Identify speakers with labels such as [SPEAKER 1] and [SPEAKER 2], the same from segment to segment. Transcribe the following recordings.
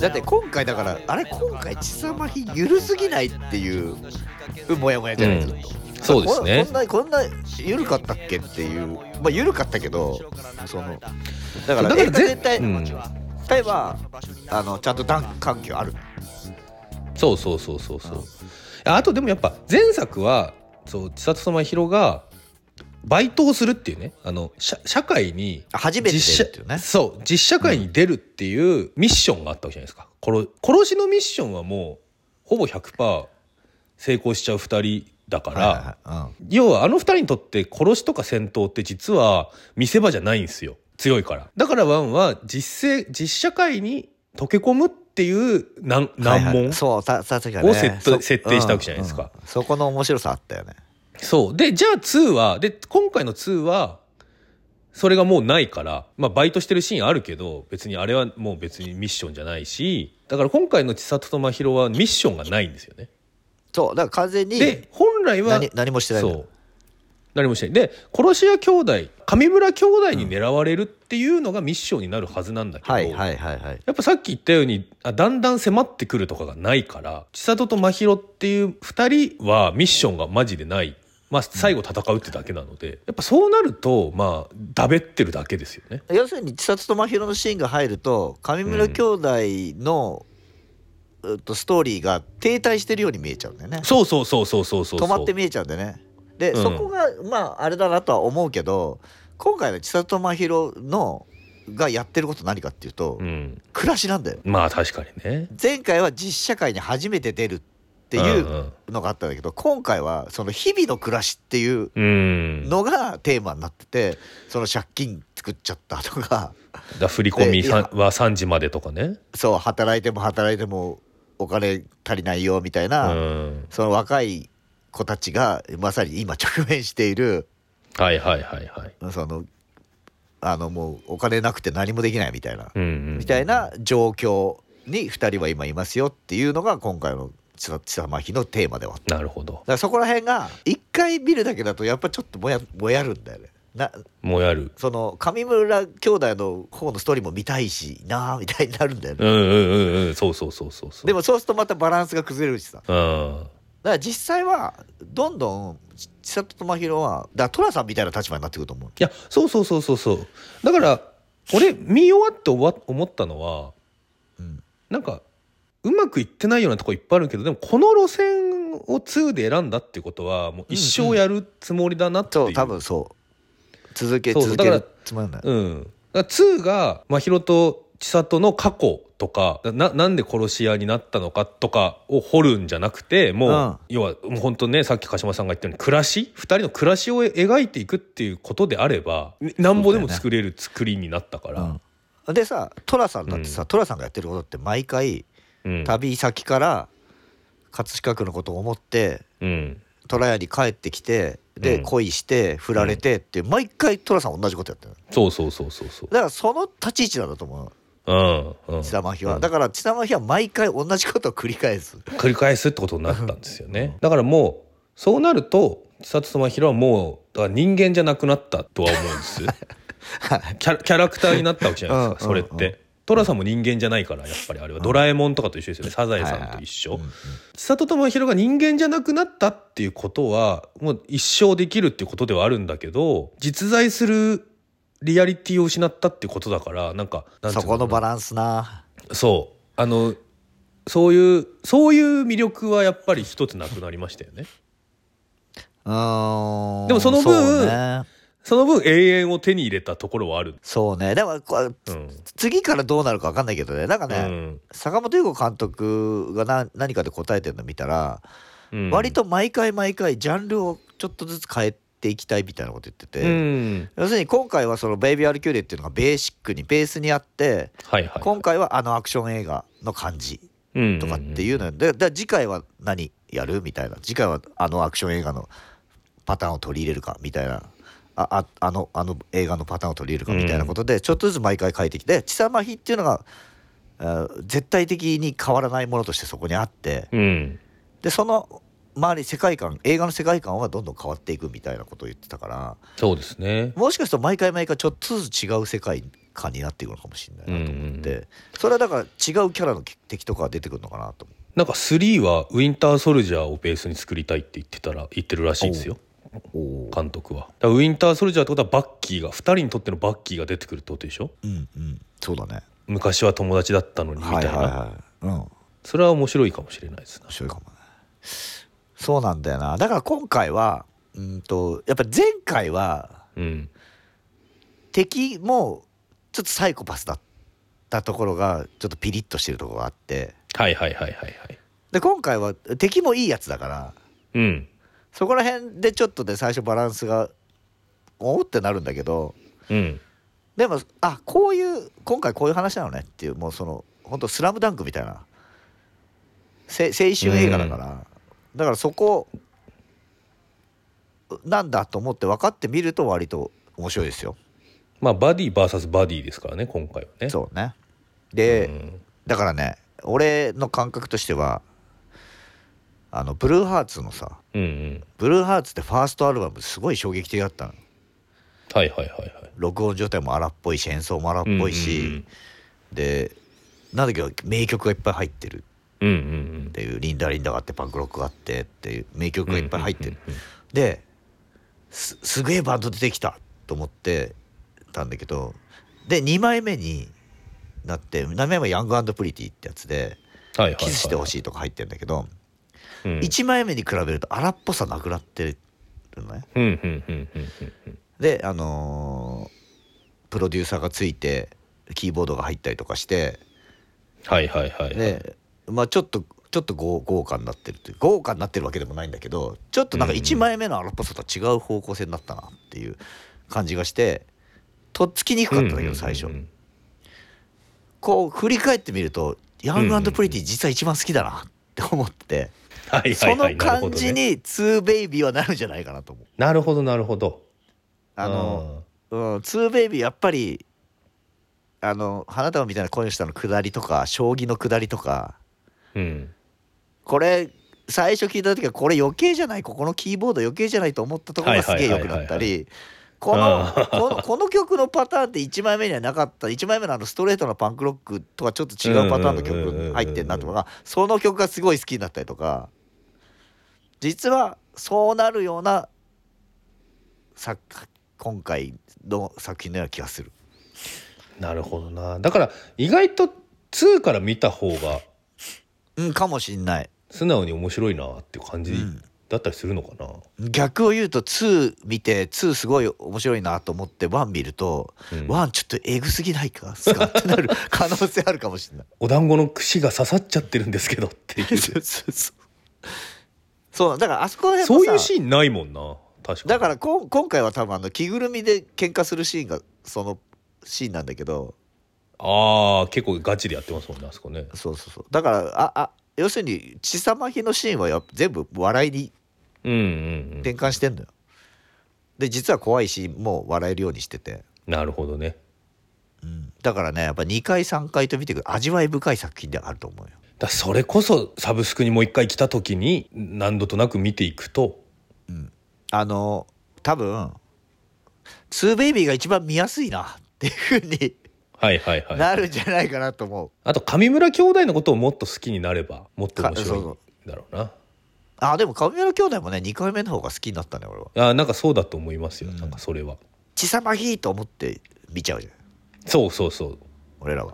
[SPEAKER 1] だって今回だからあれ今回ちさまひゆるすぎないっていうモヤモヤじゃないですか、
[SPEAKER 2] そうですね
[SPEAKER 1] こんなこんな緩かったっけっていうまあ緩かったけどそのだから
[SPEAKER 2] だから
[SPEAKER 1] 映画全体、
[SPEAKER 2] うん
[SPEAKER 1] 例えばあのちゃんと段環境ある
[SPEAKER 2] そうそうそうそうそうあとでもやっぱ前作はそう千里様ひろがバイトをするっていうねあの社社会に
[SPEAKER 1] 初めて
[SPEAKER 2] 実社
[SPEAKER 1] っていうね
[SPEAKER 2] そう実社会に出るっていうミッションがあったわけじゃないですか殺殺しのミッションはもうほぼ100%成功しちゃう2人だから、
[SPEAKER 1] はいはいはいうん
[SPEAKER 2] 要はあの二人にとって殺しとか戦闘って実は見せ場じゃないんですよ強いからだからワンは実生実社会に溶け込むっていう難難
[SPEAKER 1] は
[SPEAKER 2] 問、
[SPEAKER 1] いはいそうささっきからね
[SPEAKER 2] を設定
[SPEAKER 1] そ
[SPEAKER 2] 設定したわけじゃないですか
[SPEAKER 1] うんうんそこの面白さあったよね
[SPEAKER 2] そうでじゃあ2はで今回の2はそれがもうないから、まあ、バイトしてるシーンあるけど別にあれはもう別にミッションじゃないしだから今回の千里と真宙はミッションがないんですよね
[SPEAKER 1] そうだから完全に
[SPEAKER 2] で本来は
[SPEAKER 1] 何何もしてないんだ
[SPEAKER 2] そう何もしないで殺し屋兄弟上村兄弟に狙われるっていうのがミッションになるはずなんだけど、
[SPEAKER 1] はいはいはいはい
[SPEAKER 2] やっぱさっき言ったようにあだんだん迫ってくるとかがないから千里と真宙っていう2人はミッションがマジでない、まあ、最後戦うってだけなので、やっぱそうなるとまあだべってるだけですよね。
[SPEAKER 1] 要するに千里と真宙のシーンが入ると上村兄弟の、うっとストーリーが停滞してるように見えちゃうんだよね
[SPEAKER 2] そうそうそうそうそうそう
[SPEAKER 1] 止
[SPEAKER 2] そう
[SPEAKER 1] まって見えちゃうんだよねで、
[SPEAKER 2] うん
[SPEAKER 1] そこがまああれだなとは思うけど今回の千里と真宙のがやってること何かっていうと、
[SPEAKER 2] うん、
[SPEAKER 1] 暮らしなんだよ
[SPEAKER 2] まあ確かにね。
[SPEAKER 1] 前回は実社会に初めて出るってい
[SPEAKER 2] ん
[SPEAKER 1] うのがあったんだけど、今回はその日々の暮らしっていう
[SPEAKER 2] うん、うん、だか
[SPEAKER 1] のがテーマになっててその借金作っちゃったとか
[SPEAKER 2] ら振り込み
[SPEAKER 1] で
[SPEAKER 2] さんは3時までとかね。
[SPEAKER 1] そう働いても働いてもお金足りないよみたいうな、
[SPEAKER 2] ん、
[SPEAKER 1] その若い子たちがまさに今直面している
[SPEAKER 2] はいはいはいはい。
[SPEAKER 1] そのあのもうお金なくて何もできないみたいな、
[SPEAKER 2] うんうん、
[SPEAKER 1] みたいな状況に2人は今いますよっていうのが今回の「ちさちさまひ」のテーマではあっただ
[SPEAKER 2] なるほど
[SPEAKER 1] からそこら辺が1回見るだけだとやっぱちょっともやもやるんだよね。な
[SPEAKER 2] もうやる
[SPEAKER 1] その上村兄弟の方のストーリーも見たいしなあみたいになるんだよね。
[SPEAKER 2] うんうんうんうんそうそうそうそうそう
[SPEAKER 1] でもそうするとまたバランスが崩れるしさ
[SPEAKER 2] うん
[SPEAKER 1] だから実際はどんどんち千里と真宙はだから寅さんみたいな立場になってくると思う
[SPEAKER 2] いやそうそうそうそうそうだから俺見終わっておわ思ったのは、
[SPEAKER 1] うん
[SPEAKER 2] なんかうまくいってないようなとこいっぱいあるけどでもこの路線を2で選んだってことはもう一生やるつもりだなっていう、
[SPEAKER 1] そう多分そう続け
[SPEAKER 2] そうそう
[SPEAKER 1] 続け
[SPEAKER 2] だ
[SPEAKER 1] る
[SPEAKER 2] か
[SPEAKER 1] つまんない、
[SPEAKER 2] うん、だから2が真宙と千里の過去とかななんで殺し屋になったのかとかを掘るんじゃなくてもう、
[SPEAKER 1] うん
[SPEAKER 2] 要はもう本当ねさっき鹿島さんが言ったように暮らし2人の暮らしを描いていくっていうことであればなんぼでも作れる作りになったから。
[SPEAKER 1] うん、でさ寅さんだってさ寅、さんがやってることって毎回
[SPEAKER 2] うん
[SPEAKER 1] 旅先から葛飾区のことを思って
[SPEAKER 2] うん
[SPEAKER 1] 虎屋に帰ってきてで、
[SPEAKER 2] うん
[SPEAKER 1] 恋して振られてって毎回寅さん同じことやってる
[SPEAKER 2] そうそうそうそうそう
[SPEAKER 1] だからその立ち位置なんだと思う
[SPEAKER 2] うんうん
[SPEAKER 1] 千田真宙
[SPEAKER 2] う
[SPEAKER 1] は
[SPEAKER 2] ん
[SPEAKER 1] だから千田真宙は毎回同じことを繰り返す
[SPEAKER 2] 繰り返すってことになったんですよねだからもうそうなると千里と真宙はもうだから人間じゃなくなったとは思うんですキャラキャラクターになったわけじゃないですか
[SPEAKER 1] う
[SPEAKER 2] そ
[SPEAKER 1] んうん
[SPEAKER 2] れ
[SPEAKER 1] う
[SPEAKER 2] っ
[SPEAKER 1] ん
[SPEAKER 2] て寅さんも人間じゃないからやっぱりあれはドラえもんとかと一緒ですよねサザエさんと一緒
[SPEAKER 1] うんうん
[SPEAKER 2] 千里と真宙が人間じゃなくなったっていうことはもう一生できるっていうことではあるんだけど実在するリアリティを失ったっていうことだからなんかなん てい
[SPEAKER 1] そうこ
[SPEAKER 2] かな
[SPEAKER 1] のバランスな
[SPEAKER 2] そうあのそういうそういう魅力はやっぱり一つなくなりましたよね
[SPEAKER 1] うーん
[SPEAKER 2] でもその分
[SPEAKER 1] そうね
[SPEAKER 2] その分永遠を手に入れたところはある
[SPEAKER 1] そうねだからこう
[SPEAKER 2] うん、
[SPEAKER 1] 次からどうなるか分かんないけどねなんか
[SPEAKER 2] う
[SPEAKER 1] ね、
[SPEAKER 2] ん
[SPEAKER 1] 坂本龍吾監督がな何かで答えてるの見たら、
[SPEAKER 2] うん、
[SPEAKER 1] 割と毎回毎回ジャンルをちょっとずつ変えていきたいみたいなこと言ってて、
[SPEAKER 2] うん
[SPEAKER 1] 要するに今回はその「ベイビー・アル・キューレ」っていうのがベーシックにベースにあって
[SPEAKER 2] はいはい
[SPEAKER 1] 今回はあのアクション映画の感じとかっていううのよでで次回は何やるみたいな次回はあのアクション映画のパターンを取り入れるかみたいなあああのあの映画のパターンを取り入れるかみたいなことで、ちょっとずつ毎回変えてきて「ちさまひ」っていうのがあー絶対的に変わらないものとしてそこにあって
[SPEAKER 2] んうん
[SPEAKER 1] でその周り世界観映画の世界観はどんどん変わっていくみたいなことを言ってたから
[SPEAKER 2] そうですね
[SPEAKER 1] もしかすると毎回毎回ちょっとずつ違う世界感になっていくのかもしれないなと思って、それはだから違うキャラの敵とかが出てくるのかなと思
[SPEAKER 2] なんか3はウィンターソルジャーをベースに作りたいって言ってたら言ってるらしいんですよ
[SPEAKER 1] うおー
[SPEAKER 2] 監督はだからウィンターソルジャーってことはバッキーが2人にとってのバッキーが出てくるってことでしょ
[SPEAKER 1] うんうんそうだね
[SPEAKER 2] 昔は友達だったのにみた
[SPEAKER 1] はい
[SPEAKER 2] いな、
[SPEAKER 1] はいはいうん面
[SPEAKER 2] それは面白いかもしれないですね
[SPEAKER 1] 白いかもねそうなんだよなだから今回はうんとやっぱ前回は
[SPEAKER 2] うん
[SPEAKER 1] 敵もちょっとサイコパスだったところがちょっとピリッとしてるところがあって
[SPEAKER 2] はいはいはいはいはい
[SPEAKER 1] で今回は敵もいいやつだから
[SPEAKER 2] うん
[SPEAKER 1] そこら辺でちょっとね最初バランスがおーってなるんだけど
[SPEAKER 2] うん
[SPEAKER 1] でもあこういう今回こういう話なのねっていうもうその本当スラムダンクみたいなせ青春映画だから、だからそこなんだと思って分かってみると割と面白いですよ。
[SPEAKER 2] まあバディ VS バディですからね今回はね
[SPEAKER 1] そうね
[SPEAKER 2] う
[SPEAKER 1] で、
[SPEAKER 2] ん
[SPEAKER 1] だからね俺の感覚としてはあのブルーハーツのさ
[SPEAKER 2] うんうん
[SPEAKER 1] ブルーハーツってファーストアルバムすごい衝撃的だったの
[SPEAKER 2] はいはいはいはい
[SPEAKER 1] 録音状態も荒っぽいし演奏も荒っぽいし、でなんだけど名曲がいっぱい入ってる
[SPEAKER 2] うんうんうん
[SPEAKER 1] っていう「リンダリンダ」があってパンクロックがあってっていう名曲がいっぱい入ってる、
[SPEAKER 2] うんうん
[SPEAKER 1] ですすげえバンド出てきたと思ってたんだけどで2枚目になって2枚目は「ヤングプリティ」ってやつで
[SPEAKER 2] はいはいはい
[SPEAKER 1] 「キスしてほ
[SPEAKER 2] い
[SPEAKER 1] しい」とか入ってるんだけど、
[SPEAKER 2] うんうん
[SPEAKER 1] 1枚目に比べると荒っぽさなくなってるのね
[SPEAKER 2] うんうんうんうんうん
[SPEAKER 1] であのープロデューサーがついてキーボードが入ったりとかして
[SPEAKER 2] はいはいはいはい
[SPEAKER 1] で、まあ、ちょっとちょっと豪豪華になってるという豪華になってるわけでもないんだけどちょっとなんか
[SPEAKER 2] うんうん
[SPEAKER 1] 1枚目の荒っぽさとは違う方向性になったなっていう感じがしてとっつきにくかったんだけど最初、
[SPEAKER 2] うんうんうん
[SPEAKER 1] こう振り返ってみると「ヤン
[SPEAKER 2] うんうんう
[SPEAKER 1] グ
[SPEAKER 2] ん
[SPEAKER 1] プリティ実は一番好きだなって思って、
[SPEAKER 2] はいは
[SPEAKER 1] そ
[SPEAKER 2] いは
[SPEAKER 1] の
[SPEAKER 2] いなるほ
[SPEAKER 1] 感
[SPEAKER 2] ど
[SPEAKER 1] じ
[SPEAKER 2] ね
[SPEAKER 1] に「2ベイビー」はなるんじゃないかなと思う。
[SPEAKER 2] なるほどなるほど
[SPEAKER 1] あのうん、ツーベイビーやっぱりあの花束みたいな恋をしたの下りとか将棋の下りとか
[SPEAKER 2] うん
[SPEAKER 1] これ最初聞いた時はこれ余計じゃないここのキーボード余計じゃないと思ったところがすげえ良くなったりこの
[SPEAKER 2] うん
[SPEAKER 1] このこの曲のパターンって1枚目にはなかった1枚目のあのストレートなパンクロックとはちょっと違うパターンの
[SPEAKER 2] うんうんうんうんう
[SPEAKER 1] 曲
[SPEAKER 2] ん
[SPEAKER 1] 入ってんなとかその曲がすごい好きになったりとか実はそうなるような作今回の作品のような気がする。
[SPEAKER 2] なるほどなだから意外と2から見た方が
[SPEAKER 1] うん、かもしんない、
[SPEAKER 2] 素直に面白いなっていう感じ
[SPEAKER 1] うん
[SPEAKER 2] だったりするのかな、
[SPEAKER 1] 逆を言うと2見て2すごい面白いなと思って1見ると、
[SPEAKER 2] うん
[SPEAKER 1] 1ちょっとエグすぎないかす かってなる可能性あるかもしんない
[SPEAKER 2] お団子の串が刺さっちゃってるんですけどってい う
[SPEAKER 1] そうそうそうそうだからあそこら辺も
[SPEAKER 2] そ
[SPEAKER 1] さ
[SPEAKER 2] ういうシーンないもんな確かに
[SPEAKER 1] だからこん今回は多分あの着ぐるみで喧嘩するシーンがそのシーンなんだけど
[SPEAKER 2] ああ結構ガチでやってますもんねあそこね
[SPEAKER 1] そうそうそうだからああ要するに血さまひのシーンはや全部笑いに
[SPEAKER 2] うんうん、うん、
[SPEAKER 1] 転換してんのよで実は怖いしもう笑えるようにしてて
[SPEAKER 2] なるほどね
[SPEAKER 1] だからねやっぱ2回3回と見ていく味わい深い作品であると思うよ。
[SPEAKER 2] だからそれこそサブスクにもう一回来た時に何度となく見ていくと
[SPEAKER 1] あの多分「ツーベイビー」が一番見やすいなっていうふうに
[SPEAKER 2] はいはいはい
[SPEAKER 1] なるんじゃないかなと思う。
[SPEAKER 2] あと上村兄弟のことをもっと好きになればもっと面
[SPEAKER 1] か
[SPEAKER 2] 白
[SPEAKER 1] そうそ
[SPEAKER 2] いだろうな
[SPEAKER 1] あでも神村兄弟もね2回目の方が好きになったね俺は。
[SPEAKER 2] あなんかそうだと思いますよ、なんかそれは
[SPEAKER 1] 血さまひーと思って見ちゃうじゃん
[SPEAKER 2] そうそうそう
[SPEAKER 1] 俺らは。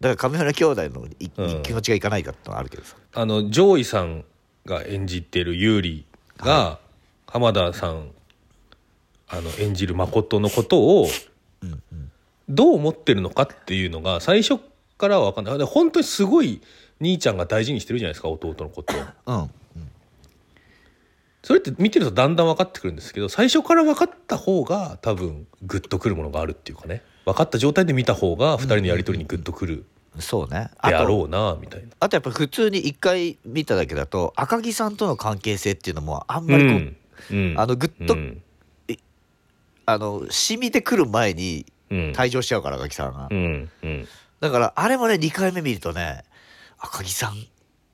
[SPEAKER 1] だから神村兄弟のい、
[SPEAKER 2] うん
[SPEAKER 1] 気持ちがいかないかってのはあるけどさ。
[SPEAKER 2] あの上位さんが演じてる優里が浜田さんあの演じる誠のことをどう思ってるのかっていうのが最初からは分かんないで本当にすごい兄ちゃんが大事にしてるじゃないですか弟のことを
[SPEAKER 1] うん
[SPEAKER 2] それって見てるとだんだん分かってくるんですけど最初から分かった方が多分グッとくるものがあるっていうかね分かった状態で見た方が2人のやり取りにグッとくる
[SPEAKER 1] そうね。あ
[SPEAKER 2] であ
[SPEAKER 1] と
[SPEAKER 2] ろうなみたいな。
[SPEAKER 1] あとやっぱ普通に1回見ただけだと赤木さんとの関係性っていうのもあん
[SPEAKER 2] う
[SPEAKER 1] まりこう、
[SPEAKER 2] んうん
[SPEAKER 1] あのグッと
[SPEAKER 2] うん
[SPEAKER 1] あの染みてくる前に
[SPEAKER 2] うん
[SPEAKER 1] 退場しちゃうから赤木さんが、
[SPEAKER 2] うんうん
[SPEAKER 1] だからあれもね2回目見るとね赤木さん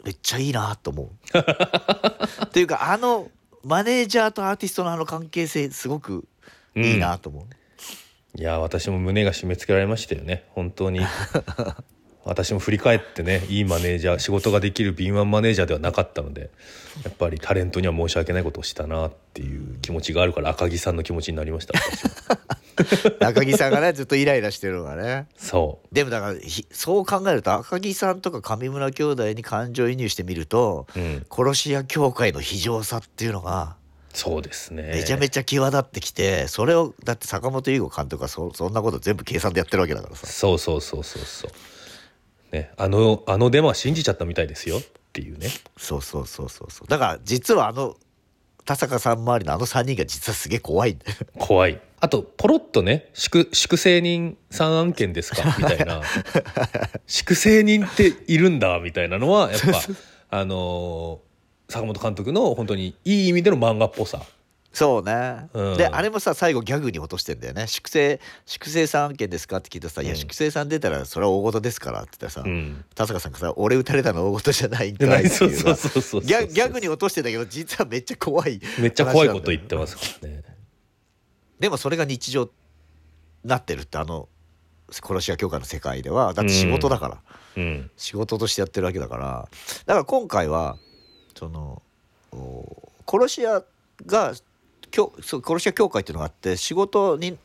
[SPEAKER 1] めっちゃいいなと思うっていうかあのマネージャーとアーティストのあの関係性すごくいいなと思う、
[SPEAKER 2] いやー私も胸が締め付けられましたよね本 当に私も振り返ってねいいマネージャー仕事ができる敏腕マネージャーではなかったのでやっぱりタレントには申し訳ないことをしたなっていう気持ちがあるから赤木さんの気持ちになり ました私は
[SPEAKER 1] 赤木さんがねずっとイライラしてるのがね
[SPEAKER 2] そ
[SPEAKER 1] でもだからひそう考えると赤木さんとか上村兄弟に感情移入してみると
[SPEAKER 2] う、うん、
[SPEAKER 1] 殺し屋協会の非情さっていうのが
[SPEAKER 2] そうですね
[SPEAKER 1] めちゃめちゃ際立ってきて、それをだって坂本龍吾監督はそそんなこと全部計算でやってるわけだからさ
[SPEAKER 2] そうそうそうそうそうねあのあのデマは信じちゃったみたいですよっていうね
[SPEAKER 1] そうそうそうそうそうだから実はあの田坂さん周りのあの3人が実はすげえ怖いんだよ
[SPEAKER 2] 怖いあとポロッとね粛粛清人さん案件ですかみたい な粛清人っているんだみたいなのはやっぱ あのー坂本監督の本当にいい意味での漫画っぽさ
[SPEAKER 1] そうね、
[SPEAKER 2] うん
[SPEAKER 1] であれもさ最後ギャグに落としてんだよね粛清粛清さん案件ですかって聞いたらさ「いや
[SPEAKER 2] うん
[SPEAKER 1] 粛清さん出たらそれは大事ですから」って言ったらさ、
[SPEAKER 2] うん
[SPEAKER 1] 田坂さんがさ「俺撃たれたの大事じ ゃないんかい」って
[SPEAKER 2] そう
[SPEAKER 1] いう
[SPEAKER 2] そう
[SPEAKER 1] さ
[SPEAKER 2] そうそう
[SPEAKER 1] ギャギャグに落としてんだけど実はめっちゃ怖い
[SPEAKER 2] めっちゃ怖いこと言っ
[SPEAKER 1] 話なんだよ
[SPEAKER 2] てますからね
[SPEAKER 1] でもそれが日常なってるってあの殺し屋教会の世界ではだって仕事だから、
[SPEAKER 2] うん
[SPEAKER 1] 仕事としてやってるわけだからだから今回はそのお殺し屋が教そう殺し屋協会っていうのがあって仕事に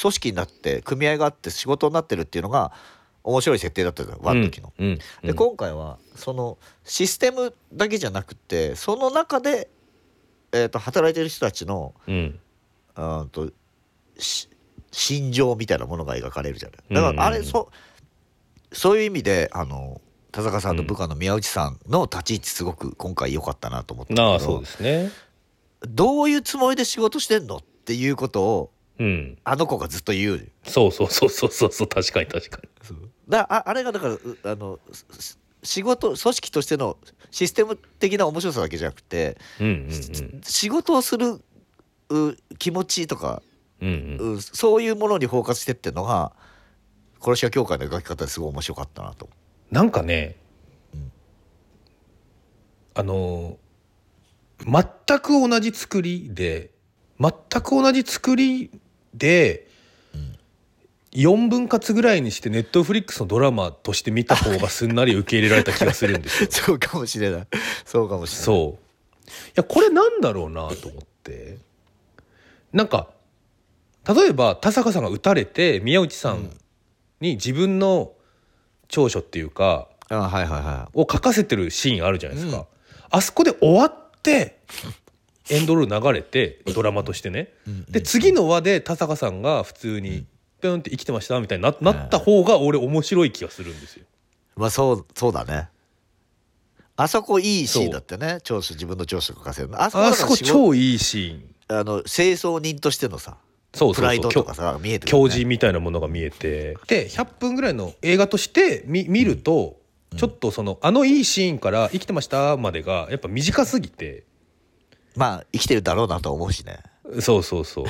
[SPEAKER 1] 組織になって組合があって仕事になってるっていうのが面白い設定だったじゃんワン時の。
[SPEAKER 2] うんうん
[SPEAKER 1] で今回はそのシステムだけじゃなくてその中で、えー、と働いてる人たちの
[SPEAKER 2] うん
[SPEAKER 1] うんとし心情みたいなものが描かれるじゃない。
[SPEAKER 2] うん
[SPEAKER 1] だ
[SPEAKER 2] うん
[SPEAKER 1] からあれそそういう意味であの田坂さんと部下の宮内さんの立ち位置すごく今回良かったなと思ったんだけど
[SPEAKER 2] ああそうですね
[SPEAKER 1] どういうつもりで仕事してんのっていうことを
[SPEAKER 2] うん
[SPEAKER 1] あの子がずっと言う。
[SPEAKER 2] そうそうそうそうそうそう確かに確かに
[SPEAKER 1] だああれがだからうあのすす仕事組織としてのシステム的な面白さだけじゃなくて、
[SPEAKER 2] うん
[SPEAKER 1] 仕事をするう気持ちとか
[SPEAKER 2] うんうんうん
[SPEAKER 1] うんそういうものにフォーカスしてってのが殺し屋協会の描き方ですごい面白かったなと。
[SPEAKER 2] なんかね
[SPEAKER 1] うん
[SPEAKER 2] あのー全く同じ作りで全く同じ作りで4分割ぐらいにしてネットフリックスのドラマとして見た方がすんなり受け入れられた気がするんですよ
[SPEAKER 1] そうかもしれない。そうかもしれない。
[SPEAKER 2] そういやこれなんだろうなと思ってなんか例えば田坂さんが撃たれて宮内さんに自分の長所っていうか、
[SPEAKER 1] あはいはいは
[SPEAKER 2] を書かせてるシーンあるじゃないですか、あそこで終わってエンドロール流れてドラマとしてね、
[SPEAKER 1] い。
[SPEAKER 2] で次の輪で田坂さんが普通にピョンって生きてましたみたいにななった方が俺面白い気がするんですよ。
[SPEAKER 1] まあそうそうだね。あそこいいシーンだってね。長所自分の長所書かせるの。あそこ
[SPEAKER 2] あ
[SPEAKER 1] だ
[SPEAKER 2] そ
[SPEAKER 1] から
[SPEAKER 2] こ
[SPEAKER 1] 仕事
[SPEAKER 2] 超いいシーン
[SPEAKER 1] あの清掃人としてのさ
[SPEAKER 2] そう
[SPEAKER 1] プ
[SPEAKER 2] そう
[SPEAKER 1] ラ
[SPEAKER 2] そ
[SPEAKER 1] イド
[SPEAKER 2] う
[SPEAKER 1] とかさ見えてくる、ね。
[SPEAKER 2] 教授みたいなものが見えてで100分ぐらいの映画として見見ると、ちょっとそのあのいいシーンから「生きてました」までがやっぱ短すぎて
[SPEAKER 1] まあ生きてるだろうなとは思うしね。
[SPEAKER 2] そうそうそう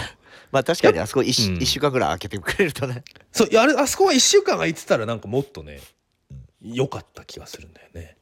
[SPEAKER 1] まあ確かにあそこ一
[SPEAKER 2] う
[SPEAKER 1] 週
[SPEAKER 2] ん
[SPEAKER 1] 一週間ぐらい開けてくれるとね。
[SPEAKER 2] そういやあれあそこは1週間空いてたらなんかもっとね良かった気がするんだよね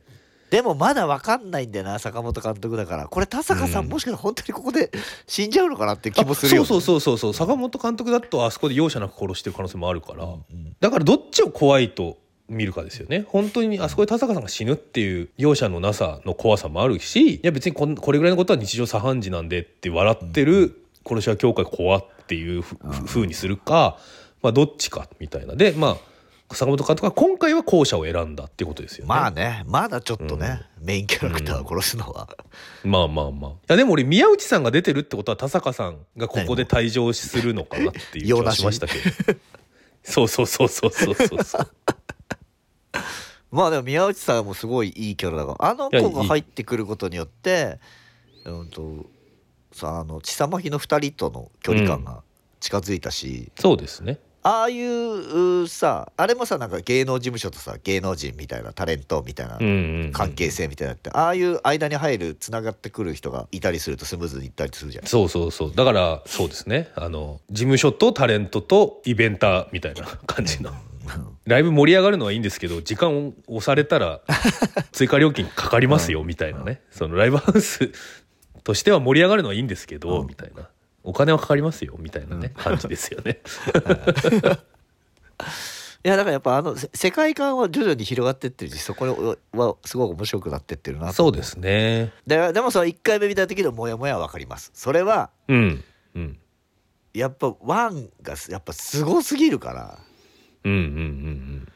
[SPEAKER 1] でもまだわかんないんだよな坂本監督だからこれ田坂さん、
[SPEAKER 2] うん
[SPEAKER 1] もしかしたら本当にここで死んじゃうのかなっていう
[SPEAKER 2] あ
[SPEAKER 1] 気もするよ、ね、
[SPEAKER 2] そうそうそうそうそう坂本監督だとあそこで容赦なく殺してる可能性もあるから、
[SPEAKER 1] うん
[SPEAKER 2] だからどっちを怖いと見るかですよね本当にあそこで田坂さんが死ぬっていう容赦のなさの怖さもあるしいや別にこんこれぐらいのことは日常茶飯事なんでって笑ってる殺し屋協会怖っていうふ,、う風にするか、まあ、どっちかみたいなでまあ坂本監督は今回は後者を選んだっていうことですよね。
[SPEAKER 1] まあねまだちょっとね、メインキャラクターを殺すのは、
[SPEAKER 2] まあまあまあ。いやでも俺、宮内さんが出てるってことは田坂さんがここで退場するのかなっていう気
[SPEAKER 1] 用
[SPEAKER 2] は
[SPEAKER 1] なし
[SPEAKER 2] しましたけど。そうそうそうそうそうそうそう。
[SPEAKER 1] まあでも宮内さんもすごいいいキャラだからあの
[SPEAKER 2] いや
[SPEAKER 1] 子
[SPEAKER 2] いい
[SPEAKER 1] が入ってくることによってうんとさあの千様妃の2人との距離感が近づいたし、
[SPEAKER 2] そうですね。
[SPEAKER 1] ああいううさあれもさなんか芸能事務所とさ芸能人みたいなタレントみたいな
[SPEAKER 2] うんうん、うん。
[SPEAKER 1] 関係性みたいなのって、ああいう間に入るつながってくる人がいたりするとスムーズにいったりするじゃん
[SPEAKER 2] そうそうそう。だから、そうですね。あの、事務所とタレントとイベンターみたいな感じの。ライブ盛り上がるのはいいんですけど、時間を押された ら追加料金かかりますよみたいなね。そのライブハウスとしては盛り上がるのはいいんですけど、みたいな。お金はかかりますよみたいなね、感じですよ ね。
[SPEAKER 1] いやだからやっぱあのせ世界観は徐々に広がってってるしそこはすごく面白くなってってるなと
[SPEAKER 2] そうですね。
[SPEAKER 1] ででもその1回目見た時のモヤモヤは分かりますそれは
[SPEAKER 2] うんうん
[SPEAKER 1] やっぱワンがすやっぱすごすぎるから
[SPEAKER 2] うんうんうん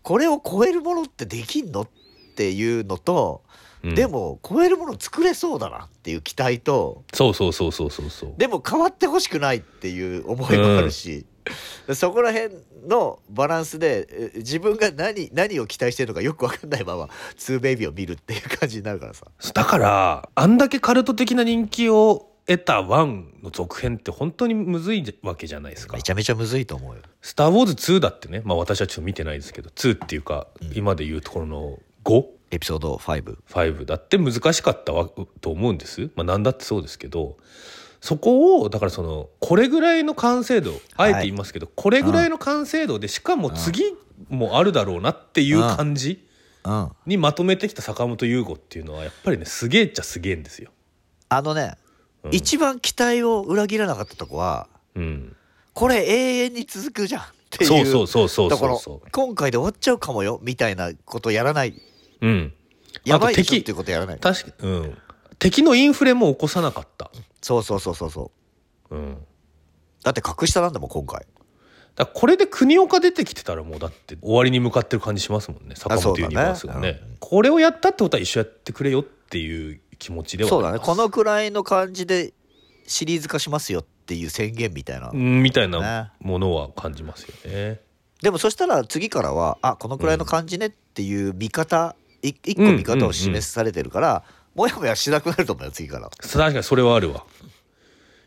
[SPEAKER 1] これを超えるものってできんのっていうのと、
[SPEAKER 2] うんうん。
[SPEAKER 1] でも超えるもの作れそうだなっていう期待と
[SPEAKER 2] そうそうそうそうそうそう。
[SPEAKER 1] でも変わってほしくないっていう思いもあるし、そこら辺のバランスでえ自分が何何を期待してるのかよく分かんないまま「ツーベイビー」を見るっていう感じになるからさ
[SPEAKER 2] だからあんだけカルト的な人気を得たワンの続編って本当にむずいわけじゃないですか
[SPEAKER 1] め。ちゃめちゃむずいと思うよ。
[SPEAKER 2] スター・ウォーズ2だってね、まあ、私はちょっと見てないですけど2っていうか
[SPEAKER 1] うん
[SPEAKER 2] 今でいうところの5。
[SPEAKER 1] エピソード5
[SPEAKER 2] 5だって難しかったわと思うんです、まあ、何だってそうですけどそこをだからそのこれぐらいの完成度あえて言いますけど、これぐらいの完成度でしかも次もあるだろうなっていう感じ
[SPEAKER 1] うん
[SPEAKER 2] にまとめてきた坂本優吾っていうのはやっぱりねすげえっちゃすげえんですよ。
[SPEAKER 1] あのね、
[SPEAKER 2] うん
[SPEAKER 1] 一番期待を裏切らなかったとこは
[SPEAKER 2] うん、
[SPEAKER 1] これ永遠に続くじゃんっていう
[SPEAKER 2] そうそうそうそう
[SPEAKER 1] だか
[SPEAKER 2] そ
[SPEAKER 1] ら
[SPEAKER 2] うそ。
[SPEAKER 1] 今回で終わっちゃうかもよみたいなことやらないう
[SPEAKER 2] うん、
[SPEAKER 1] やばいでしょ
[SPEAKER 2] 敵
[SPEAKER 1] っていうことやらない
[SPEAKER 2] 確か、うん、敵のインフレも起こさなかった。
[SPEAKER 1] そうそうそうそうそう
[SPEAKER 2] うん
[SPEAKER 1] だって格下なんだもん今回
[SPEAKER 2] だからこれで国岡出てきてたらもうだって終わりに向かってる感じしますもんね坂本ユニバース
[SPEAKER 1] そ
[SPEAKER 2] がね
[SPEAKER 1] うだね
[SPEAKER 2] これをやったってことは一緒やってくれよっていう気持ちでは
[SPEAKER 1] そうだ
[SPEAKER 2] あ
[SPEAKER 1] ね
[SPEAKER 2] ります
[SPEAKER 1] このくらいの感じでシリーズ化しますよっていう宣言みたいな、
[SPEAKER 2] うんみたいなものは感じますよね
[SPEAKER 1] でもそしたら次からはあこのくらいの感じねっていう見方、い一個見方を示されてるから、もやもやしなくなると思うよ次から
[SPEAKER 2] 確かにそれはあるわい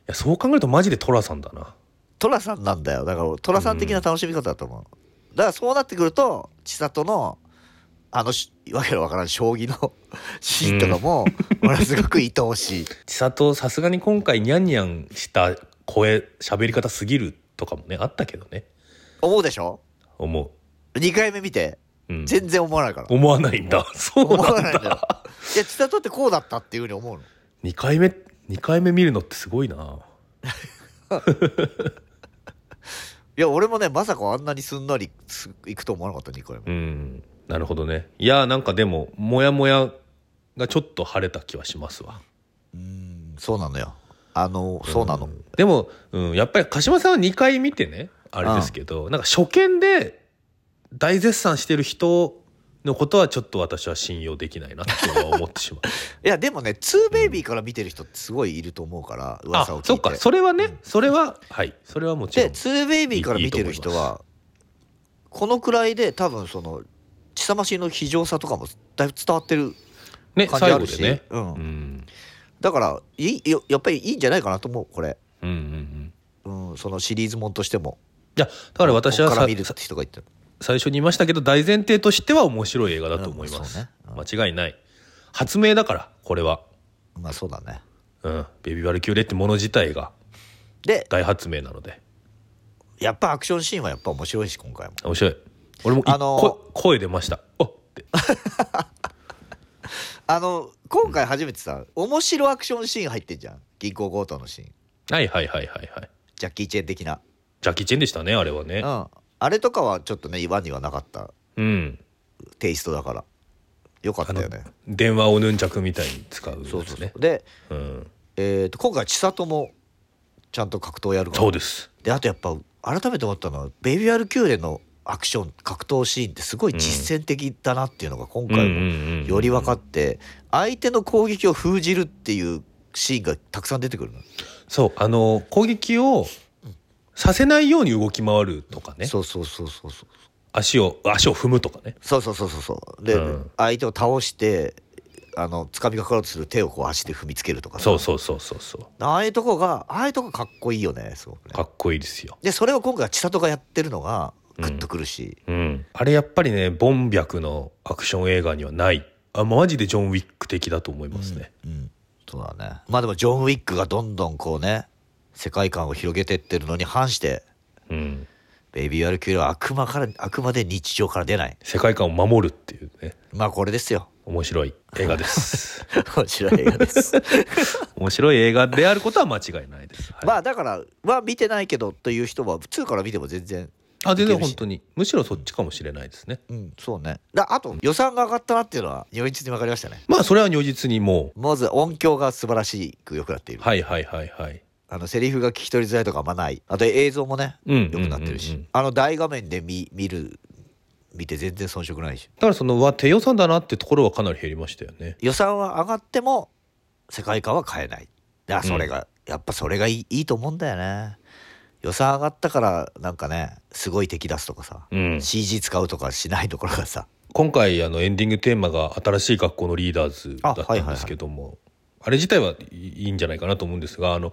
[SPEAKER 2] やそう考えるとマジで寅さんだな
[SPEAKER 1] 寅さんなんだよだから寅さん的な楽しみ方だと思う、だからそうなってくると千里のあのしわけのわからん将棋の シーンとかも、俺はすごく愛おしい
[SPEAKER 2] 千里さすがに今回ニャンニャンした声喋り方すぎるとかもねあったけどね
[SPEAKER 1] 思うでしょ
[SPEAKER 2] 思
[SPEAKER 1] 2回目見て
[SPEAKER 2] う、うん、
[SPEAKER 1] 全然思わないから、
[SPEAKER 2] 思わないんだそう
[SPEAKER 1] 思わな
[SPEAKER 2] な
[SPEAKER 1] い
[SPEAKER 2] ん
[SPEAKER 1] んだよ
[SPEAKER 2] だ
[SPEAKER 1] いや千里ってこうだったっていうふうに思うの
[SPEAKER 2] 2回目二回目見るのってすごいない
[SPEAKER 1] や俺もねまさかあんなにすんなりすいくと思わなかった2回目
[SPEAKER 2] うんなるほどねいやーなんかでもモヤモヤがちょっと晴れた気はしますわ
[SPEAKER 1] うんそうなのよあのそうなの、
[SPEAKER 2] んでも、うん、やっぱり鹿島さんは2回見てねあれですけど、なんか初見で大絶賛してる人のことはちょっと私は信用できないなっていうのは思ってしまう
[SPEAKER 1] いやでもねツーベイビーから見てる人ってすごいいると思うから、
[SPEAKER 2] あ
[SPEAKER 1] 噂を聞いて
[SPEAKER 2] そっかそれはね、それははいそれはもちろ
[SPEAKER 1] で
[SPEAKER 2] ん
[SPEAKER 1] ツーベイビーから見てる人
[SPEAKER 2] いいと思い
[SPEAKER 1] はこのくらいで多分その血さましの非常さとかもだいぶ伝わってる
[SPEAKER 2] ね
[SPEAKER 1] 感じ
[SPEAKER 2] 最
[SPEAKER 1] あ
[SPEAKER 2] 後
[SPEAKER 1] る
[SPEAKER 2] で
[SPEAKER 1] し、
[SPEAKER 2] ね、
[SPEAKER 1] うん
[SPEAKER 2] うん、
[SPEAKER 1] だからいいよやっぱりいいんじゃないかなと思うこれ、
[SPEAKER 2] うんうんうん
[SPEAKER 1] うん、そのシリーズもんとしても
[SPEAKER 2] いやだから私は
[SPEAKER 1] こっか
[SPEAKER 2] さ
[SPEAKER 1] ら見るって人が言ってる
[SPEAKER 2] 最初に言いましたけど大前提としては面白い映画だと思います、
[SPEAKER 1] うんそうね
[SPEAKER 2] 間違いない発明だからこれは、
[SPEAKER 1] まあそうだね
[SPEAKER 2] うん、ベビー・ワルキューレってもの自体が
[SPEAKER 1] で
[SPEAKER 2] 大発明なので
[SPEAKER 1] やっぱアクションシーンはやっぱ面白いし今回も
[SPEAKER 2] 面白い俺も、
[SPEAKER 1] あのー
[SPEAKER 2] こ声出ましたおっって
[SPEAKER 1] あの今回初めてさ、面白アクションシーン入ってんじゃん銀行強盗のシーン
[SPEAKER 2] はいはいはいはいはい
[SPEAKER 1] ジャッキー・チェン的な、
[SPEAKER 2] ジャッキー・チェンでしたねあれは
[SPEAKER 1] う
[SPEAKER 2] ね
[SPEAKER 1] ん、あれとかはちょっとねワンにはなかった
[SPEAKER 2] うん
[SPEAKER 1] テイストだからよかったよね
[SPEAKER 2] 電話をヌンチャクみたいに使うやつね
[SPEAKER 1] そうそうそうで、
[SPEAKER 2] うん、
[SPEAKER 1] えー、と今回千里もちゃんと格闘やるから
[SPEAKER 2] そうです
[SPEAKER 1] であとやっぱ改めて思ったのはベイビー・アル・キューレのアクション格闘シーンってすごい実践的だなっていうのが今回もより分かって相手の攻撃を封じるっていうシーンがたくさん出てくるの、
[SPEAKER 2] そうあのー攻撃をさせないように動き回るとかね
[SPEAKER 1] そうそうそうそうそう
[SPEAKER 2] 足を足を踏むとかね
[SPEAKER 1] そうそうそうそうそうで、
[SPEAKER 2] うん
[SPEAKER 1] 相手を倒してあの掴みかかろうとする手をこう足で踏みつけるとかさ
[SPEAKER 2] そうそうそうそうそう
[SPEAKER 1] ああいうとこがああいうとこかっこいいよねすごくね
[SPEAKER 2] かっこいいですよ。
[SPEAKER 1] でそれを今回は千里がやってるのがグッとくるし、
[SPEAKER 2] うん、あれやっぱりね、ボンビャクのアクション映画にはない。あ、マジでジョンウィック的だと思いますね。
[SPEAKER 1] うんそうだねまあでもジョン・ウィックがどんどんこうね世界観を広げてってるのに反して
[SPEAKER 2] うん。
[SPEAKER 1] ベイビー・アル・キューラは悪魔からあくまで日常から出ない
[SPEAKER 2] 世界観を守るっていうね
[SPEAKER 1] まあこれですよ
[SPEAKER 2] 面白い映画です
[SPEAKER 1] 面白い映画です
[SPEAKER 2] 面白い映画であることは間違いない です、はい
[SPEAKER 1] まあだからは見てないけどという人は2から見ても全然
[SPEAKER 2] あ全
[SPEAKER 1] い
[SPEAKER 2] 然
[SPEAKER 1] けるし
[SPEAKER 2] 本当にむしろそっちかもしれないですね
[SPEAKER 1] うんそうねだあと予算が上がったなっていうのは如実に分かりましたね
[SPEAKER 2] まあそれは如実にも
[SPEAKER 1] まず音響が素晴らしく良くなっていうる、
[SPEAKER 2] はいはいはいはい
[SPEAKER 1] あのセリフが聞き取りづらいとかあんまないあと映像もね
[SPEAKER 2] うんうん
[SPEAKER 1] 良くなってるし、
[SPEAKER 2] うんうん
[SPEAKER 1] あの大画面で見見る見て全然遜色ないし
[SPEAKER 2] だからそのうわ低予算だなってところはかなり減りましたよね
[SPEAKER 1] 予算は上がっても世界観は変えないだからそれが、やっぱそれがいいいいと思うんだよね予算上がったからなんかねすごい敵出すとかさ、
[SPEAKER 2] うん
[SPEAKER 1] CG 使うとかしないところがさ
[SPEAKER 2] 今回あのエンディングテーマが新しい学校のリーダーズだったんですけどもあ,、れ自体はいいいんじゃないかなと思うんですがあの、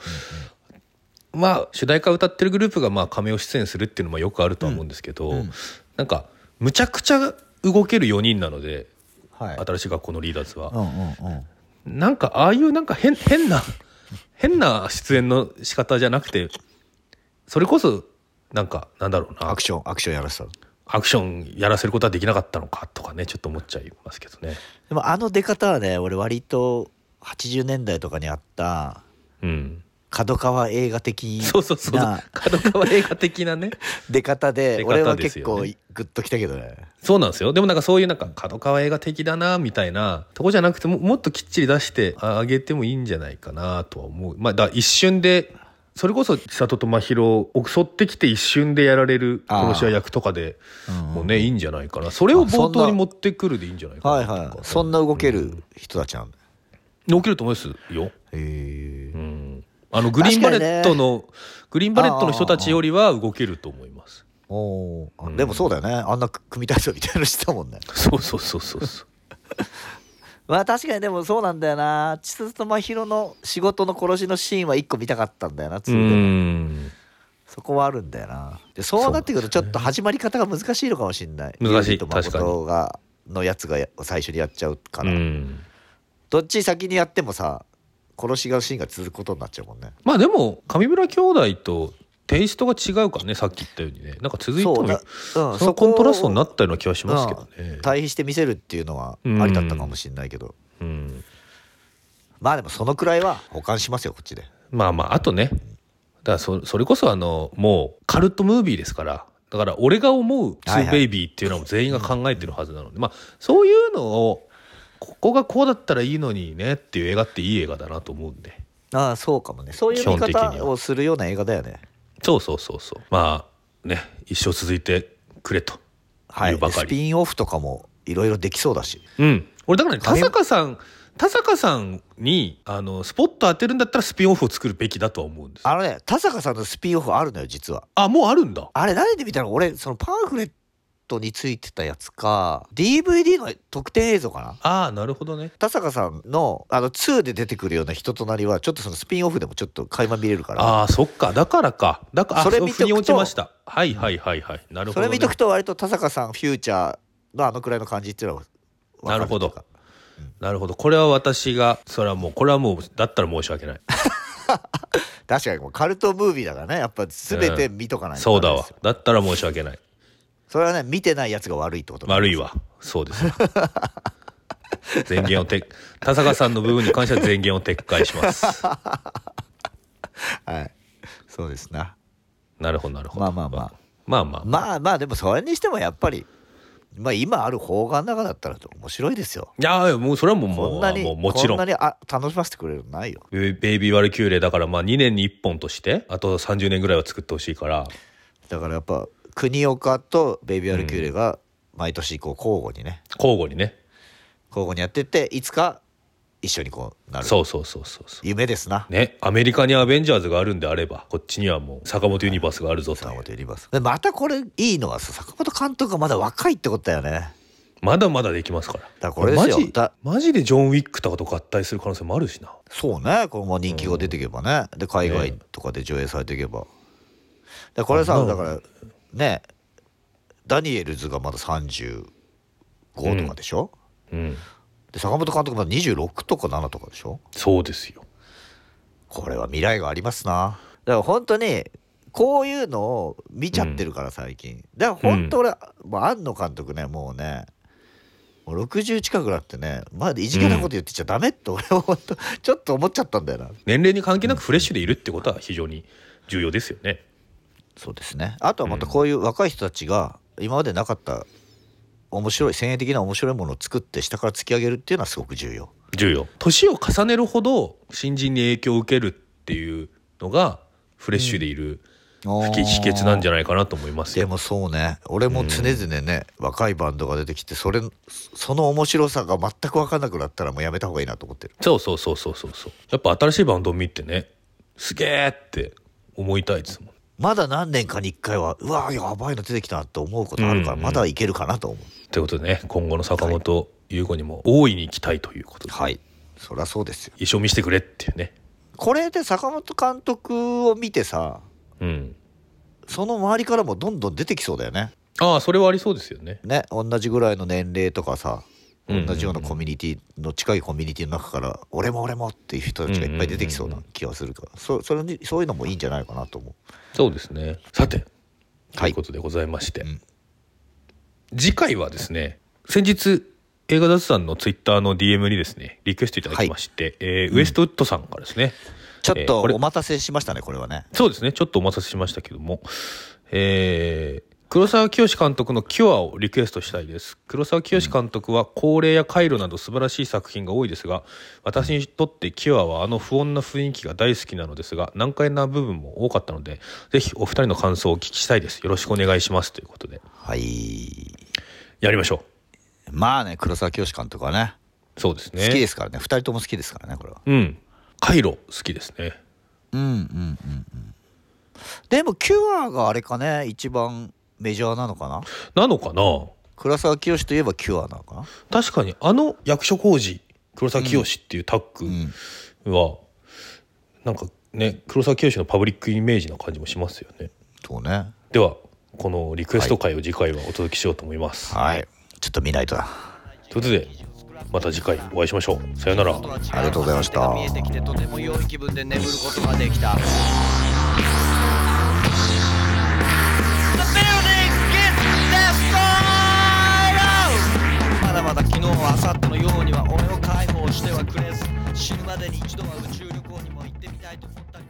[SPEAKER 2] まあ主題歌を歌ってるグループがまあ仮を出演するっていうのもよくあるとは思うんですけど、
[SPEAKER 1] うんうん
[SPEAKER 2] なんかむちゃくちゃ動ける4人なので
[SPEAKER 1] は
[SPEAKER 2] 新しい学校のリーダーズは
[SPEAKER 1] う、んうんうん
[SPEAKER 2] なんかああいうなんか変変な変な出演の仕方じゃなくてそれこそなんかなんだろうな
[SPEAKER 1] アクションアクションやらせたの
[SPEAKER 2] アクションやらせることはできなかったのかとかねちょっと思っちゃいますけどね。
[SPEAKER 1] でもあの出方はね俺割と80年代とかにあった
[SPEAKER 2] うん
[SPEAKER 1] 角川映画的
[SPEAKER 2] そうそうそう
[SPEAKER 1] な
[SPEAKER 2] 角川映画的なね
[SPEAKER 1] 出方で
[SPEAKER 2] 出方
[SPEAKER 1] 俺は
[SPEAKER 2] です
[SPEAKER 1] 結
[SPEAKER 2] よね
[SPEAKER 1] 構グッときたけどね
[SPEAKER 2] そうなんですよでもなんかそういうなんか角川映画的だなみたいなとこじゃなくてももっときっちり出してあげてもいいんじゃないかなとは思うまあだから一瞬でそれこそ千里と真宙を襲ってきて一瞬でやられる殺し屋役とかでもうねいいんじゃないかなそれを冒頭に持ってくるでいいんじゃないかな
[SPEAKER 1] はいはいそんな動ける人たちなんだ
[SPEAKER 2] 起きると思いますよ
[SPEAKER 1] へ
[SPEAKER 2] う
[SPEAKER 1] え
[SPEAKER 2] んあのグリーンバレットの、グリーンバレットの人たちよりは動けると思います
[SPEAKER 1] おーあ
[SPEAKER 2] うん
[SPEAKER 1] でもそうだよねあんな組体操みたいなのしてたもんね
[SPEAKER 2] そうそうそうそうそう
[SPEAKER 1] まあ確かにでもそうなんだよな千里と真宙の仕事の殺しのシーンは一個見たかったんだよな
[SPEAKER 2] う
[SPEAKER 1] 2で
[SPEAKER 2] ん
[SPEAKER 1] そこはあるんだよなでそうなってくるとちょっと始まり方が難しいのかもしれない
[SPEAKER 2] 難しい
[SPEAKER 1] ユージと誠がのやつがや最初にやっちゃうから、
[SPEAKER 2] うん
[SPEAKER 1] どっち先にやってもさ殺しがシーンが続くことになっちゃうもんね
[SPEAKER 2] まあでも上村兄弟とテイストが違うからねさっき言ったようにねなんか続いて
[SPEAKER 1] そ
[SPEAKER 2] もそう
[SPEAKER 1] だ、う
[SPEAKER 2] の
[SPEAKER 1] ん、
[SPEAKER 2] コントラストにな
[SPEAKER 1] っ
[SPEAKER 2] ったような気はしますけどね、
[SPEAKER 1] 対比して見せるっていうのはありだったかもしれないけど、
[SPEAKER 2] うん、
[SPEAKER 1] まあでもそのくらいは保管しますよこっちで
[SPEAKER 2] まあまああとねだからそそれこそあのもうカルトムービーですからだから俺が思う「
[SPEAKER 1] はいはい
[SPEAKER 2] 2ベイビー」っていうのは全員が考えてるはずなのでまあそういうのをここがこうだったらいいのにねっていう映画っていい映画だなと思うんで
[SPEAKER 1] ああそうかもねそういう見
[SPEAKER 2] 基本的に
[SPEAKER 1] 方
[SPEAKER 2] は
[SPEAKER 1] をするような映画だよね
[SPEAKER 2] そうそうそうそうまあね一生続いてくれと
[SPEAKER 1] は
[SPEAKER 2] 言う
[SPEAKER 1] い
[SPEAKER 2] ばか
[SPEAKER 1] ス
[SPEAKER 2] り
[SPEAKER 1] ピンオフとかもいろいろできそうだし
[SPEAKER 2] うん、俺だからね田
[SPEAKER 1] 神
[SPEAKER 2] 坂さん田坂さんにあのスポット当てるんだったらスピンオフを作るべきだとは思うんですあ
[SPEAKER 1] あのね田坂さんのスピンオフあるのよ実は
[SPEAKER 2] もうあるんだ
[SPEAKER 1] あれ何で見たの俺そのパンフレットについてたやつか DVD の特典映像かな
[SPEAKER 2] ああなるほどね
[SPEAKER 1] 田坂さんのあの2で出てくるような人となりはちょっとそのスピンオフでもちょっと垣間見れるから
[SPEAKER 2] ああそっかだからかだからあ
[SPEAKER 1] それ見とくと
[SPEAKER 2] 腑に落ちましたはいはいはいはいなるほ
[SPEAKER 1] そ
[SPEAKER 2] ど、
[SPEAKER 1] れ
[SPEAKER 2] ね、
[SPEAKER 1] 見とくと割と田坂さんフューチャーのあのくらいの感じっていうのは分か
[SPEAKER 2] なるほど
[SPEAKER 1] というか
[SPEAKER 2] なるほどこれは私がそれはもうこれはもうだったら申し訳ない
[SPEAKER 1] 確かにもうカルトムービーだからねやっぱ全て見とかないと
[SPEAKER 2] そうだ
[SPEAKER 1] ダメで
[SPEAKER 2] わ
[SPEAKER 1] すよ
[SPEAKER 2] だったら申し訳ない
[SPEAKER 1] それはね見てないやつが悪いってことね
[SPEAKER 2] 悪いわそうで すよ前言をて田坂さんの部分に関しては前言を撤回します
[SPEAKER 1] はいそうですな
[SPEAKER 2] なるほどなるほど
[SPEAKER 1] まあまあまあ
[SPEAKER 2] まあまあ
[SPEAKER 1] まあまあでもそれにしてもやっぱりまあ今ある方眼の中だったら面白いですよ
[SPEAKER 2] いやーもうそれはもう
[SPEAKER 1] こ
[SPEAKER 2] も
[SPEAKER 1] ん
[SPEAKER 2] う
[SPEAKER 1] な
[SPEAKER 2] あ
[SPEAKER 1] に
[SPEAKER 2] もうもちろ
[SPEAKER 1] こんなんにあ楽しませてくれるのないよ
[SPEAKER 2] ベイベイビー・ワルキューレだからまあ2年に1本としてあと30年ぐらいは作ってほしいから
[SPEAKER 1] だからやっぱ国岡とベイビー・アル・キューレが毎年こう交互にね
[SPEAKER 2] 交互にね
[SPEAKER 1] 交互にやってっていつか一緒にこうなる
[SPEAKER 2] そうそうそうそうそ
[SPEAKER 1] 夢ですな
[SPEAKER 2] うねアメリカにアベンジャーズがあるんであればこっちにはもう坂本ユニバースがあるぞと
[SPEAKER 1] 坂
[SPEAKER 2] いう
[SPEAKER 1] 本ユニバースでまたこれいいのはさ坂本監督がまだ若いってことだよね
[SPEAKER 2] まだまだできますから
[SPEAKER 1] だからこれですよ
[SPEAKER 2] マジ
[SPEAKER 1] だ
[SPEAKER 2] マジでジョン・ウィックとかと合体する可能性もあるしな
[SPEAKER 1] そうねこのまま人気が出ていけばね、で海外とかで上映されていけばでこれ
[SPEAKER 2] あ
[SPEAKER 1] さ
[SPEAKER 2] な
[SPEAKER 1] だからねダニエルズがまだ35とかでしょ、
[SPEAKER 2] うん
[SPEAKER 1] で坂本監督まだ26とか7とかでしょ
[SPEAKER 2] そうですよ
[SPEAKER 1] これは未来がありますなだから本当にこういうのを見ちゃってるから最近だから本当俺、もう庵野監督ねもうねもう60近くなってねまだいじけなこと言ってちゃダメって俺は本当ちょっと思っちゃったんだよな
[SPEAKER 2] 年齢に関係なくフレッシュでいるってことは非常に重要ですよね。
[SPEAKER 1] そうですねあとはまたこういう若い人たちが今までなかった面白い先鋭的な面白いものを作って下から突き上げるっていうのはすごく重要
[SPEAKER 2] 重要年を重ねるほど新人に影響を受けるっていうのがフレッシュでいる不き秘訣なんじゃないかなと思います
[SPEAKER 1] で
[SPEAKER 2] よ。
[SPEAKER 1] もそうね俺も常々ね、若いバンドが出てきてそれその面白さが全く分かんなくなったらもうやめた方がいいなと思ってる
[SPEAKER 2] そうそうそうそうそうそうやっぱ新しいバンドを見てねすげえって思いたいですもん。
[SPEAKER 1] まだ何年かに1回はうわーやばいの出てきたなと思うことあるから、
[SPEAKER 2] うんうん
[SPEAKER 1] まだいけるかなと思う
[SPEAKER 2] ということでね今後の坂本優子にも大いに期待ということで、
[SPEAKER 1] はいそりゃそうですよ
[SPEAKER 2] 一生見せてくれっていうね。
[SPEAKER 1] これで坂本監督を見てさ
[SPEAKER 2] うん、
[SPEAKER 1] その周りからもどんどん出てきそうだよね
[SPEAKER 2] ああそれはありそうですよね。
[SPEAKER 1] ね同じぐらいの年齢とかさ
[SPEAKER 2] うんうんうん
[SPEAKER 1] 同じようなコミュニティの近いコミュニティの中から「俺も俺も」っていう人たちがいっぱい出てきそうな気がするからそそれにそういうのもいいんじゃないかなと思う。
[SPEAKER 2] そうですねさてと
[SPEAKER 1] はいいう
[SPEAKER 2] ことでございまして、
[SPEAKER 1] うん
[SPEAKER 2] 次回はですね先日映画雑談のツイッターの DM にですねリクエストいただきまして、えーウエストウッドさんからですね、
[SPEAKER 1] ちょ
[SPEAKER 2] え
[SPEAKER 1] っ
[SPEAKER 2] ー
[SPEAKER 1] と
[SPEAKER 2] これ
[SPEAKER 1] お待たせしましたねこれはね。
[SPEAKER 2] そうですねちょっとお待たせしましたけども、えー黒沢清監督の「キュア」をリクエストしたいです黒沢清監督は高齢や回路など素晴らしい作品が多いですが私にとって「キュア」はあの不穏な雰囲気が大好きなのですが難解な部分も多かったのでぜひお二人の感想をお聞きしたいですよろしくお願いしますということで
[SPEAKER 1] はい
[SPEAKER 2] やりましょ
[SPEAKER 1] まあね黒沢清監督はね
[SPEAKER 2] うそうです
[SPEAKER 1] 好
[SPEAKER 2] ね
[SPEAKER 1] きですからね2人とも好きですからねこれは。
[SPEAKER 2] うん回路好きですね
[SPEAKER 1] うんうんうんうん。でもキュアがあれかね一番メジャーなのかな
[SPEAKER 2] なのかな
[SPEAKER 1] 黒沢清といえばキュアなのかな
[SPEAKER 2] 確かにあの役所広司黒沢清っていうタッグは、なんかね黒沢清のパブリックイメージな感じもしますよね
[SPEAKER 1] そうね
[SPEAKER 2] ではこのリクエスト回を次回はお届けしようと思います、
[SPEAKER 1] はいちょっと見ないとな。
[SPEAKER 2] ということでまた次回お会いしましょうさよなら
[SPEAKER 1] ありがとうございました
[SPEAKER 3] 見えてきてとても良い気分で眠ることができた The building gets destroyed! まだまだ昨日は明後日のようには俺を解放してはくれず死ぬまでに一度は宇宙旅行にも行ってみたいと思ったり